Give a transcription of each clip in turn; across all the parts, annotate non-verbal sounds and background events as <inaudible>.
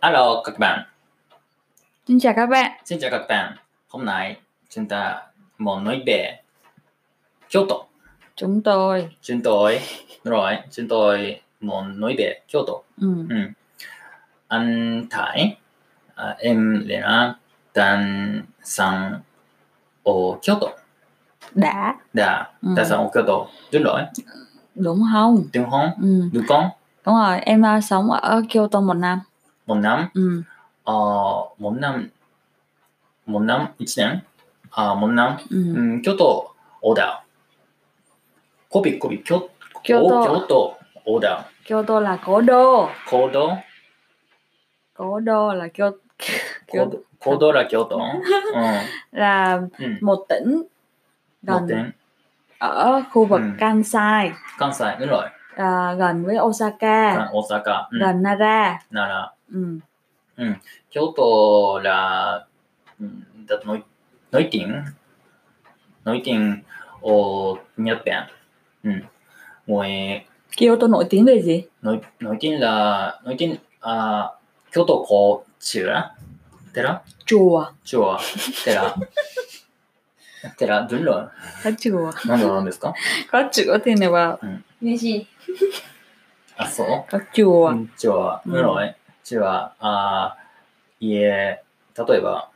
Alo các bạn, Xin chào các bạn, xin chào các bạn. Hôm nay chúng ta muốn nói về Kyoto. chúng tôi Chúng tôi rồi, chúng tôi muốn nói về Kyoto. ừ. Ừ. Anh Thái, à, em Lena đang sang ở Kyoto. đã Đã, ừ. đã sang ở Kyoto. Đúng rồi, đúng không? đúng không? Ừ. Đúng không? Đúng rồi, em ờ, sống ở Kyoto một năm. Một năm, Ừ. uh, một năm, một năm, một năm, uh, một năm Ừ. うん、京都、オーダー。コビコビ、京京都お京都、オーダ Kyoto là cố đô, ー。コード、 cố đô là Kyoto コー Kyoto ドコードラ <laughs> 京都。 là うん。うん。 một tỉnh 5 gần 点。 ở khu vực Ừ. Kansai, 関西、うろい。 ờ, gần với Osaka, 大阪、うん、 gần Nara. 奈 Ừ. 良。京都ら、うんだノイノイティンノイティンをにゃっぺん。うん。もうえ Kyoto nổi tiếng về gì? ーノイノイティンら、ノイティン、あー京都こう、ちゅら寺 Chùa, chùa Tera Tera đúng rồi có chùa. Nó là làm gì cơ? Có chữa thì này vào. Ừ. Cái gì? À so Có chùa. Ừ. chùa đúng rồi chùa à yeah 例えば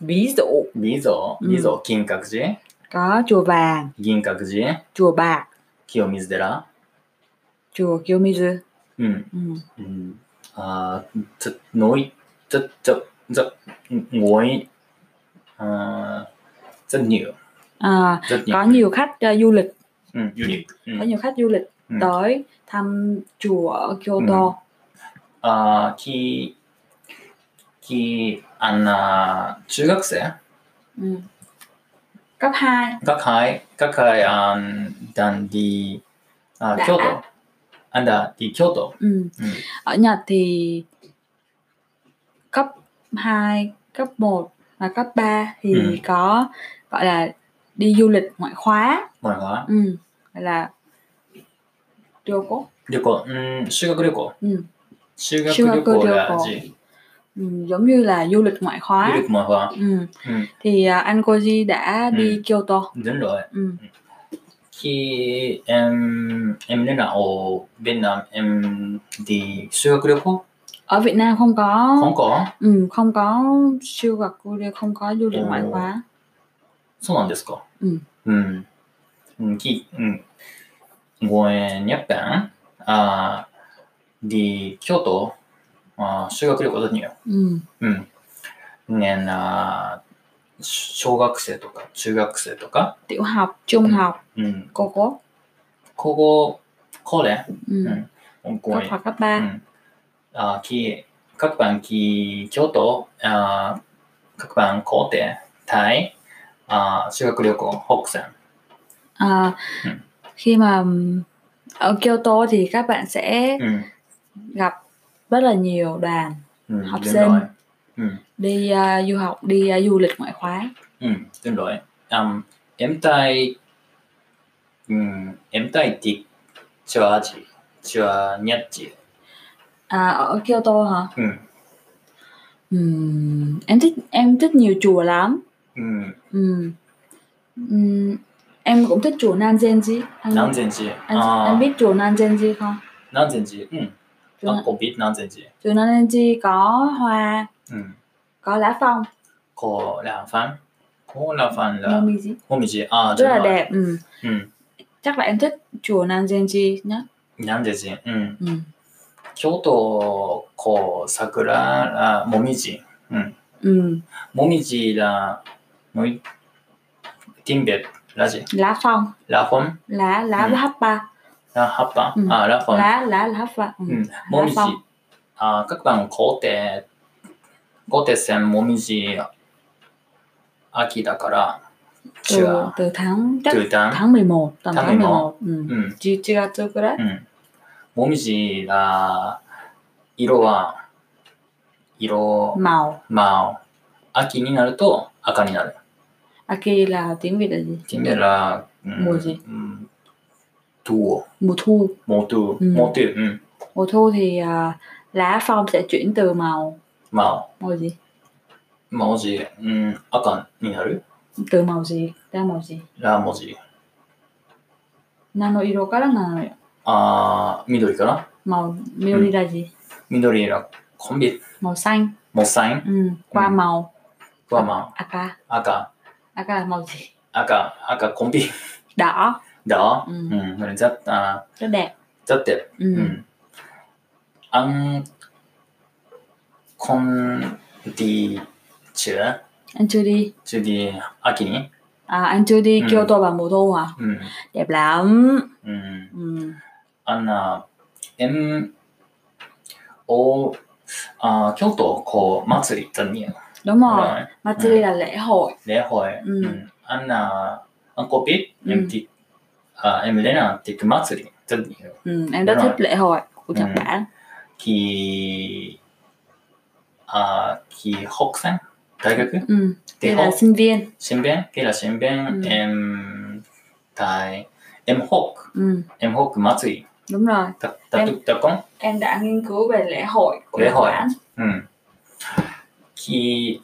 Ví dụ ビゾうんビゾ金閣寺 có chùa vàng, 銀閣寺 chùa bạc, 清水寺 chùa Kiyomizu. うん、 Ừ. うん、あちょノイちょちょちょノイあちょニュー À, ちょニュ có ー nhiều khách ờ, du lịch うんユニークう có ん nhiều khách du lịch Ừ. tới thăm chùa ở Kyoto あーき、き、あんな、中学生 ừ. cấp 2学会、学会、あん、ダンディ、あだ、京都。あんだ、ディ、京都。 ừ. Ừ. ở Nhật thì cấp 2 cấp 1 và cấp 3 thì Ừ. có gọi là đi du lịch ngoại khóa 前は ừ. gọi là Ryoko 旅行、うん、修学旅行。 ừ. 修学旅行だ、修学旅じ、 Ừ, giống như là du lịch ngoại ゆ khóa るく前は。 ừ. Ừ. thì ờ, anh Koji đã Ừ. đi Kyoto 全路、 ừ. き、えん、えんれな、お、ベンナ、えん、ディ、修学旅行 ở Việt Nam không có 香港 Ừ, không có siêu vật cô đi không có du lịch Ồ. ngoại khóa そうなんですか。うん。うん。うん、き、うん。ごえん、やっぺんあー、で、京都、あー修学旅行だによ。 ừ. うん。ねんな、し小学生とか中学生とか、 tiểu học trung Ừ. học うん。 cô cố ここ、これ、 ừ. Ừ. ご cấp えん。 hoặc cấp う ba ん。あー、き、各番き、京都、あー、各番皇帝、タイ、あー、修学旅行、北山。 à, Ừ. khi mà ừm, ở Kyoto thì các bạn sẽ うん。 gặp rất là nhiều đoàn うん、 học 全 sinh 路へうん。 đi à, du học đi à, du lịch ngoại khóa Ừ, đúng rồi. Um, em tại um, em tại thì chưa gì chưa nhất gì. à, ở Kyoto hả Ừ, Ừm, em thích em thích nhiều chùa lắm ừ, Ừm. Ừm, em cũng thích chùa Nanzenji anh, nam dân gì. anh, anh biết chùa Nanzenji không nam dân gì. Ừ, chùa con biết nam dân gì. Chùa Nam Lan Chi có hoa, Ừ, có lá phong, cô là fan, cô là fan là nên gì không biết gì. À, rất đúng là rồi. đẹp. Ừ. Ừ, Chắc là em thích chùa Nam Gen Chi nhất. nam dân gì. Ừ, Ừ. Kyoto cô sakura là momiji. Ừ, Ừ. momiji là núi tiếng Việt là gì? Lá phong, Là phong, lá lá Ừ. là happa, là hapa. Ừ. À, là phong. lá lá là happa. Ừ. うん、もみじ phong.、あー各番皇帝、皇帝戦もみじ、秋だから、中 Từ は、 từ tháng chắc 中段、 tháng 11, tầm Tháng tháng 11. 11. Ừ. うん、 Chi chi ga tsu kura. うん。もみじが、色は、Ừ. 色、 Màu. まあ、秋になると赤になる。 Aki là tiếng Việt là gì? ティメラ、うん、もみじうん、トゥオ、 Mùa thu. モトゥ、うんモトゥ、うん、 Mùa thu thì à, lá phong sẽ chuyển từ màu まあ màu gì まあ文字、うん、赤になる từ màu gì ra màu gì ラ文字。何の色から何のあー、緑かな màu miêu là gì 緑のコンビ、 màu xanh モッサイン、 ừ. qua Ừ. màu à, ワマ aka ン、赤、 aka là màu gì <laughs> 赤、赤、コンビ、 đỏ だ、ううんん、うん、ざあ rất đẹp ざって、 ừ. うん。あん、コンディチュ anh chưa đi チュディ、秋に、 à, anh chưa đi Ừ. Kyoto vào mùa thu à うん、 đẹp lắm うん。 ừ. あんな、えん、お、あ京都、こう、祭りだね。 đúng ほ rồi ら Ừ. Matsuri là lễ hội 礼拝、うんうん、あんな、アンコピ、うんエムティ、あ、エムレナっていう祭り、ちょっと、 ừ. em rất Đúng thích lễ hội của Nhật Ừ. Bản き、あ、き、北山大学 ừ. đây で、ほ là sinh viên 新聞キラ新うん聞、エム、大、エムホーク、 ừ. エムホーク祭り、 đúng rồi た、たと、たこん em đã nghiên cứu về lễ hội của Lễ Nhật hội. Bản うん。き、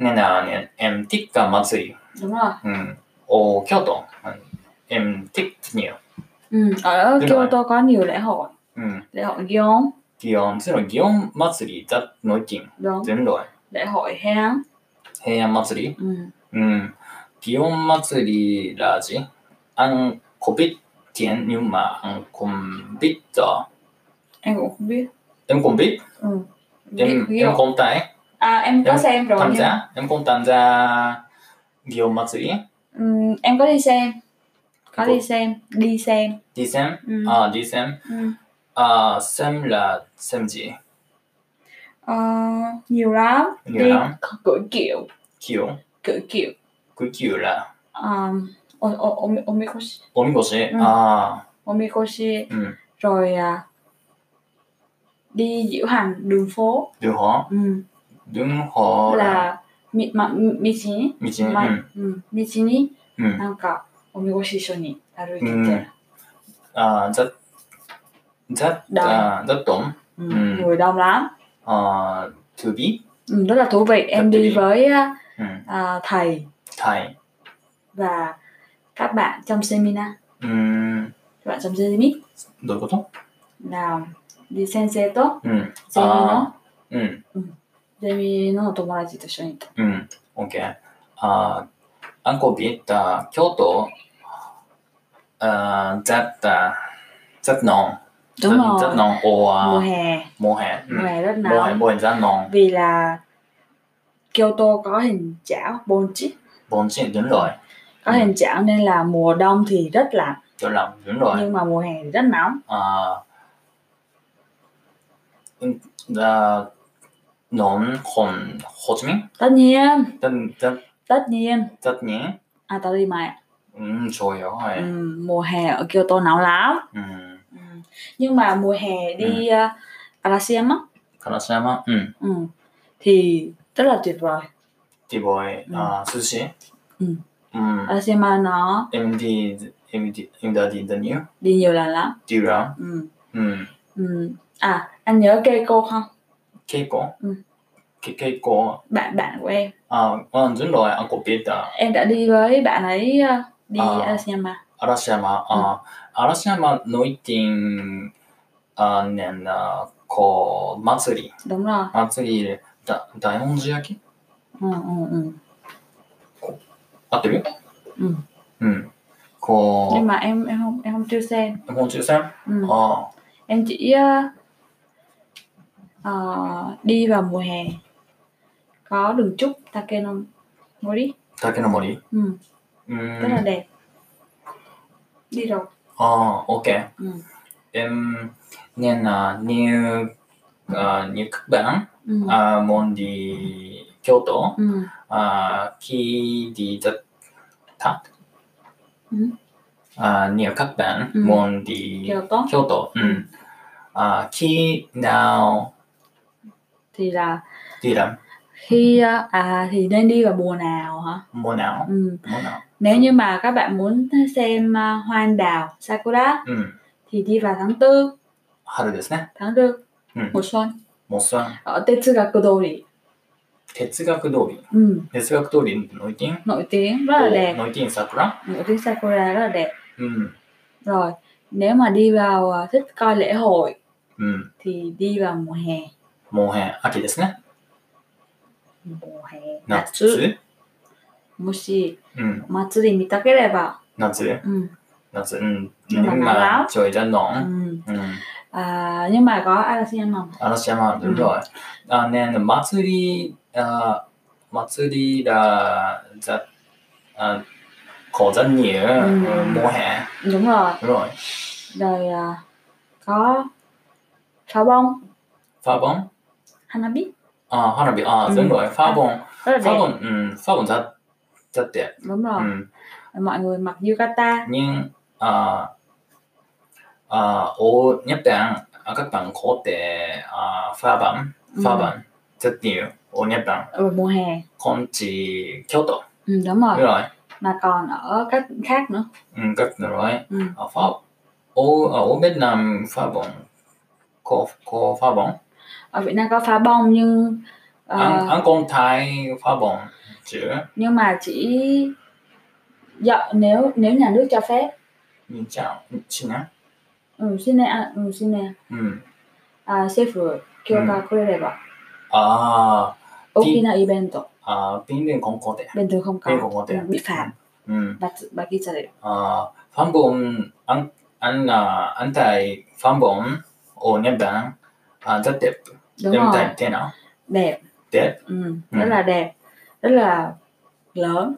ねなね、エムティッカ祭り、 đúng rồi うん。お、京都、エムティッツニュー、 ừ. ở Đúng rồi. Kyoto có nhiều lễ hội うん。 lễ hội Gion 祇園、その祇園祭りだの金、 đúng 全路 lễ hội Heian 平安祭り、 ừ. うん、祇園祭りラージ、アンコビッティエンニューマアンコンビッタ、 em cũng không biết エムコンビッ ừ. エム Gion. エムコンタイ、 À, em có Em- xem タ rồi ン nhưng ザ、エムコンタンザ、祇園祭り、 Ừm, em có đi xem có Ủa? đi xem đi xem ディセン、 Ừm, あディセン、 ừm. あセムラ、セムジ、 Ờ, nhiều lắm Nhiều đi lắm. cưỡi kiệu キヨ、 cưỡi kiệu クキュラ、 um, o, o, omi- omikoshi おみこし、うんあ omikoshi ー、うん、 rồi à, đi diễu hành đường phố ルンホ、 Ừm, ルンホ、 là mi mà mi chín 道に、う mà ん、 mi chín ni うん。なんか omikoshi 一緒に歩いてて、 Ừm. あー、ざ、ざ、 Đông. あー、ざっとん Ừm, Ừm. người đông lắm あー、to be? Ừm, rất là thú vị em Rất đi thú vị. với à, うん。 à, thầy タイ。 và các bạn trong seminar うーん。 các bạn trong seminar どういうこと là đi sensei to うん。ー、seminar うん。 seminar no tomodachi to shoni うん。OK。あー、アンコビッタ、京都、あー、ざった、ざっのん。 đúng ざっ rồi のん、お mùa わ、 hè もへ。う Ừ. ん。mùa hè rất もへ、 nóng もへ、ざっのん。 vì là Kyoto có hình chảo bonchi ぼんちん、どんろい。 có Ừ. hình chảo nên là mùa đông thì rất lạnh どんらん、どんろい。 nhưng mà mùa hè thì rất nóng あー、うん、だ、のん、ほん、ほちみん tất nhiên Tân tất tất nhiên tất nhé. à tao đi mày Ừ, trời ơi. ừ, Ừ. mùa hè ở Kyoto nóng lắm ừ. ừ. nhưng mà mùa hè đi uh, Arashiyama Karasama. Ừ. Ừ. Thì rất là tuyệt vời. Thì boy, Ừ. à, sushi. Ừ. Ừ. Asema nó Em đi em đi em đã đi đến nhiều đi nhiều lần lắm. đi ra. Ừ. Ừ. Ừ. À, anh nhớ Keiko không? Keiko. Ừ. Ke- Keiko. Bạn bạn của em. À, con dẫn rồi anh có biết à, Em đã đi với bạn ấy ờ, đi À. Asema. Arashiyama. À, Arashiyama nói tiếng à, nên là có matsuri. Đúng rồi. Matsuri da, daiyonji-yaki? Ừ, ừ, ừ. À, đúng. Ừ. Ừ. Có Nhưng mà em em không em không chưa xem. không chữ xem. Ừ. Ờ. Em chỉ ờ, ờ, đi vào mùa hè. Có đường trúc Takenomori. Takenomori. Ừ, Ừ. rất là đẹp. Đi rồi. Ờ, ok. Ừ. Em nên là như ờ, như các bạn Ừ. à, muốn đi Kyoto Ừ. à, khi đi đất tháp Ừ. à, nhiều các bạn Ừ. muốn đi Kyoto Kyoto ừ. à, khi nào thì là đi làm khi ờ, à thì nên đi vào mùa nào hả mùa nào ừ. mùa nào nếu như mà các bạn muốn xem ờ, hoa anh đào sakura ừ. thì đi vào tháng 4 Haru ですね tháng 4うん một son もうさ、 ở哲学đô thị 哲学通り。 ừ, 哲学通り、ノイティン nổi tiếng rất là đẹp ノイティン桜 nổi tiếng sakura rất là đẹp うん。 rồi nếu mà đi vào à, thích coi lễ hội うん。 thì đi vào mùa hè もうへん、秋ですね。 mùa hè 夏もしうん。祭り見たければ、夏うん夏。うん。 Nhưng mà nắng lắm. mà trời đang う nóng. ん Ừ. あー À, nhưng mà có Arasim không? 嵐山、うん rồi. And then 祭り、あ祭りだ、ざ、あ、こざにゅう、んもうへ đúng rồi ん。rồi. rồi à, có pháo bông ファボン hanabi あ、花火。あ、全部。ファボン。 rất là ファ đẹp ボン、うん。ファボンだ、だって。Ờ, đúng う rồi ん。 mọi người mặc yukata nhưng à, à, ở Nhật Bản à, các bạn có thể à, pha bẩn pha Ừ. bẩn rất nhiều ở Nhật Bản ở mùa hè không chỉ Kyoto ừ, đúng rồi đúng rồi mà còn ở các khác nữa ừ, các rồi ừ. à, pha ở, ở Việt Nam pha bẩn có có pha bẩn ở Việt Nam có phá bông nhưng ờ, ăn ăn con Thái pha bẩn chứ nhưng mà chỉ dọ, nếu nếu nhà nước cho phép như chào xin nhá ừ, xin nè à, ừ, xin nè ừ. à, sefu kyoka kureba à okina ibento à tiếng Việt không có thể bên thường không tiếng có không có thể ừ, bị phạt ừ. và và ghi ra đấy 어, 방금 안, 안, 아, 안타이 방금 오년당 아, 저때 đúng rồi 염타이 되나? đẹp Đẹp. ừ, Ừ. rất là đẹp rất là lớn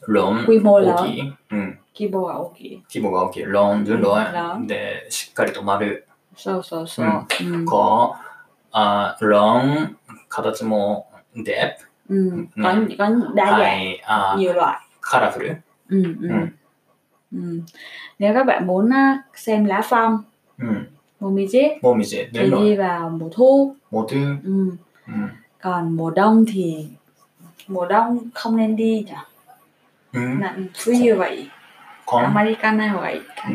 롬 quy mô lớn 오기, 음, kibo à? và oki 기부가 오기, 롬 줄로, 롬. 네, しっかりと丸, so so so ừ. 거, 아, 롬, 形も đẹp, Ừ. có Ừ. có đa dạng 아이, 아, nhiều loại colorful, ừ, ừ. Ừ. Ừ. nếu các bạn muốn á, xem lá phong 음, mùa mi chết 모미지, thì 넬로, đi vào mùa thu 모두, ừ. 음, còn mùa đông thì mùa đông không nên đi nhỉ 음, nặng cứ như vậy 건, Americana vậy Ừ.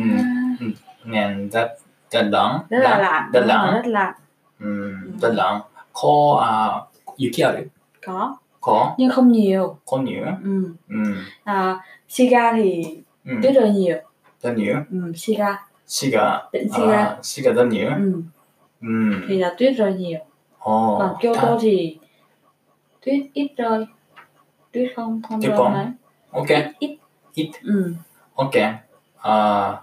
넨, 자, 자, 랑, rất là 랑, lạnh rất đúng lạnh. rồi, rất lạnh 음, 음. 랑, 거, 아, 유키아르, có 거, nhưng không nhiều 건유, ừ. 음, à, Siga thì 음, tuyết rơi nhiều 던유, ừ, Siga 시가, tỉnh Siga 아, 시가 던유, ừ. 음, thì là tuyết rơi nhiều còn 어, Kyoto 다, thì tuyết ít rơi tuyết không không Tuyết rơi không. mấy 오케이, ít ít. ừ. 오케이, 아,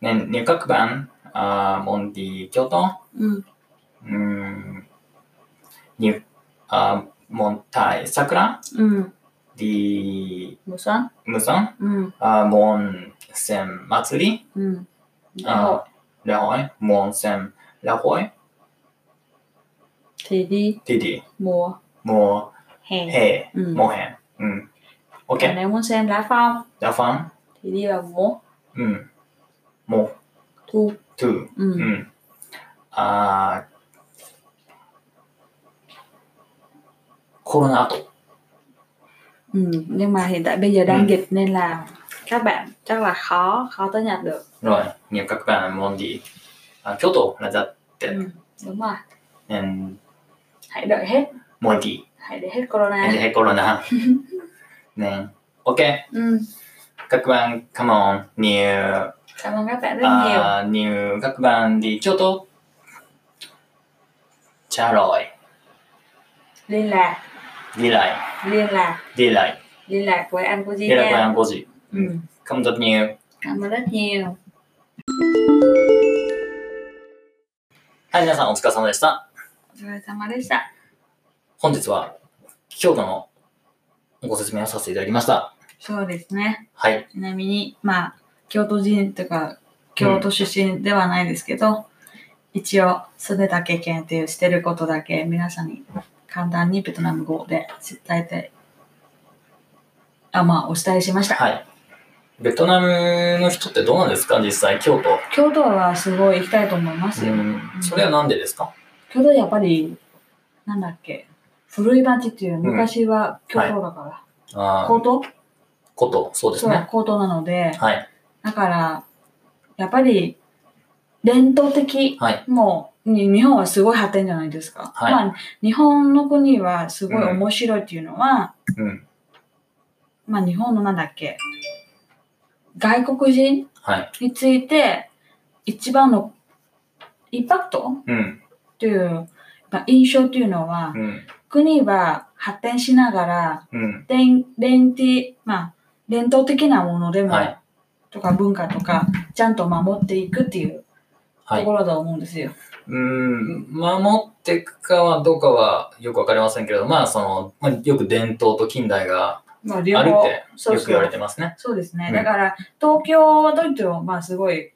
넨, 니각반, 아, 뭔디, 교토, Ừ. 음, 니, 아, 몬타이, 사쿠라, Ừ. 디, mùa xuân 무슨, ừ. 아, 몬, 셈, 마츠리, Ừ. Lễ hội. 아, 라호이, 몬, 셈, 라호이, thì đi 디디, mùa 뭐, hè hè ừ. mùa hè ừ. ok Còn nếu muốn xem lá phong đã phán thì đi vào mùa ừ. một thu thử ừ. ừ. à corona tổ Ừ. nhưng mà hiện tại bây giờ Ừ. đang dịch nên là các bạn chắc là khó khó tới nhặt được rồi nhiều các bạn muốn đi à, Kyoto là giật Dạ. ừ. đúng rồi nên hãy đợi hết muốn đi hãy đợi hết nên corona hay corona nên ok ừ. các bạn come on nhiều cảm ơn các bạn rất nhiều à, nhiều các bạn đi Kyoto trả lời liên lạc đi lại liên lạc đi lại liên lạc với anh của đi lại qua nha ăn cô gì ừ. không rất nhiều cảm ơn rất nhiều はい、皆さんお疲れ様でした。お疲れ様でした本日は、京都のご説明をさせていただきました。そうですねはい。ちなみにまあ京都人とか京都出身ではないですけど、一応住んでた経験っていうしてることだけ皆さんに簡単にベトナム語で伝えてあまあお伝えしました、はい。ベトナムの人ってどうなんですか実際、京都。京都はすごい行きたいと思いますよ、うん。それはなんでですか京都はやっぱりなんだっけ古い町っていう昔は京都だから、あ高あ、等こと、そうですそうね。高等なのではい。だからやっぱり伝統的、はい。もう、に日本はすごい発展じゃないですか。はいまあ、日本の国はすごい面白いっていうのは、うん。まあ、日本のなんだっけ、外国人はい。について、一番のインパクトうん。という、まあ、印象というのは、うん。国は発展しながら、うん。伝伝統まあ、伝統的なものでも、はいとか文化とか、ちゃんと守っていくっていうはとい。ころだと思うんですよ。うん、守っていくかはどうかはよくわかりませんけれど、まあその、まあ、よく伝統と近代がまあ、両あるっ方てそうよそうく言われてますね。そうですね。うんだから、東京はドイツを、まあ、すごい、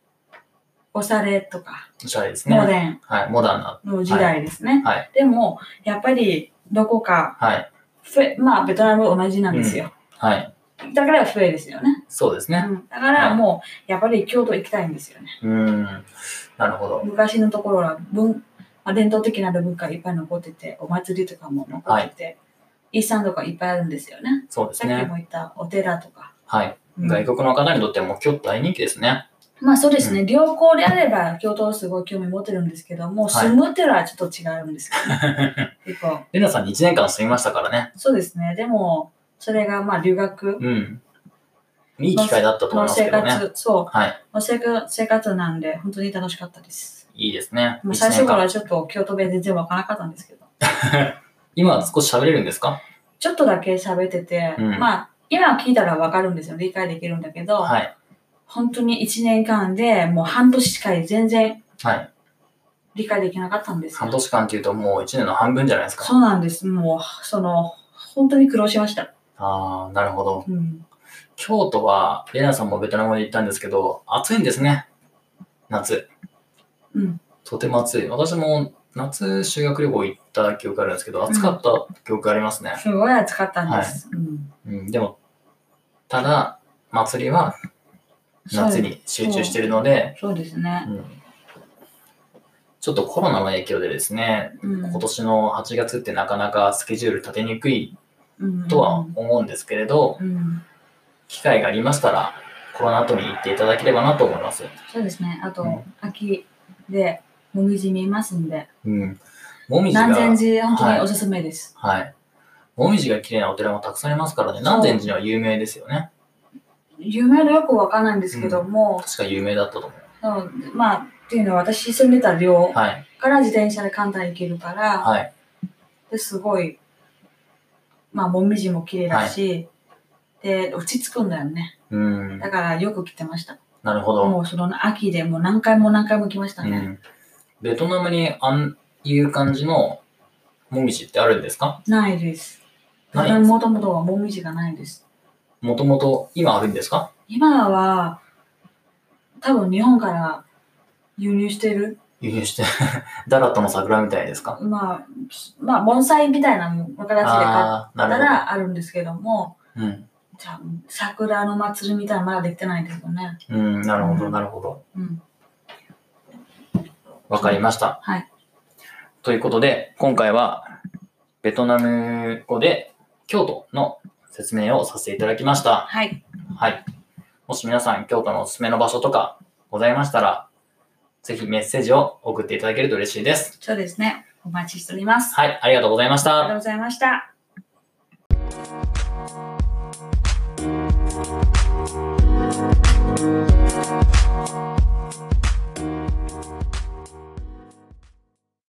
おしゃれとか、おしゃれですモね。デンはい、モダンな。の時代ですね。はい。でも、やっぱり、どこか、はい。フェまあ、ベトナムは同じなんですよ。はい。だから、フェですよね。そうですね。うんだから、もう、やっぱり京都行きたいんですよね。うん。なるほど。昔のところは文、まあ、伝統的な文化いっぱい残ってて、お祭りとかも残ってて、イースタンとかいっぱいあるんですよね。そうですさっきね。も言ったお寺とか。はい。うん外国の方にとっても今日大人気ですね。まあそうですね、良好であれば京都はすごい興味持ってるんですけども、い住むっていうのはちょっと違うんですけど、ね、 <laughs> 結構。レナさんに1年間住みましたからね。そうですね、でも、それがまあ留学うん。いい機会だったと思いのますけ生ど活、ね。そはい。う、の生活生活なんで、本当に楽しかったです。いいですね。まあ、一最初年か間。らちょっと京都弁全然わからなかったんですけど、今は少し喋れるんですかちょっとだけ喋ってて、うんまあ、今聞いたらわかるんですよ、理解できるんだけど、はい。本当に1年間でもう半年しか全然はい。理解できなかったんです半よ。年間っていうともう1年の半分じゃないですか。そうなんです、もう、その、本当に苦労しました。ああ、なるほど。うん京都は、レナさんもベトナムで行ったんですけど、暑いんですね。夏。うんとても暑い。私も夏修学旅行行った記憶あるんですけど、暑かった記憶ありますね。すごい暑かったんです。うんうん、でも、ただ、祭りは夏に集中してるので、そうですね。うんちょっとコロナの影響でですね、うん今年の8月ってなかなかスケジュール立てにくいうんとは思うんですけれど、うん、機会がありましたら、コロナ後に行っていただければなと思います。そうですね。あと、うん秋で、もみじ見ますんで、うん。もみじが、南禅寺、本当はにいおすすめです。はい。もみじが綺麗なお寺もたくさんありますからね、う南禅寺は有名ですよね。有名でよくわかんないんですけども、確か有名だったと思うんまあ、っていうのは私住んでたう。寮はい。から自転車で簡単に行けるから、はい。ですごい、まあ、もみじも綺麗だし、で、落ち着くんだよね。うん。だからよく来てました。なるほど。もうその秋でもう何回も何回も来ましたうね。ん。ベトナムにあんいう感じのもみじってあるんですかないです。ないんですもともとはもみじがないです。もともと今あるんですか今は、多分日本から輸入してる、輸入して、 <laughs> ダラットの桜みたいですかまあ、まあ、盆栽みたいな形で買っああー、たなるらあるんですけども、ほど。うん。じゃあ桜の祭りみたいなのまだできてないんですよね。うん、なるほうど、んなるほど。うん。わかりました。はい。ということで、今回はベトナム語で京都の説明をさせていただきました。はい。はい。もし皆さん京都のおすすめの場所とかございましたら、ぜひメッセージを送っていただけると嬉しいです。そうですね。お待ちしております。はい、ありがとうございましありがたと。うございました。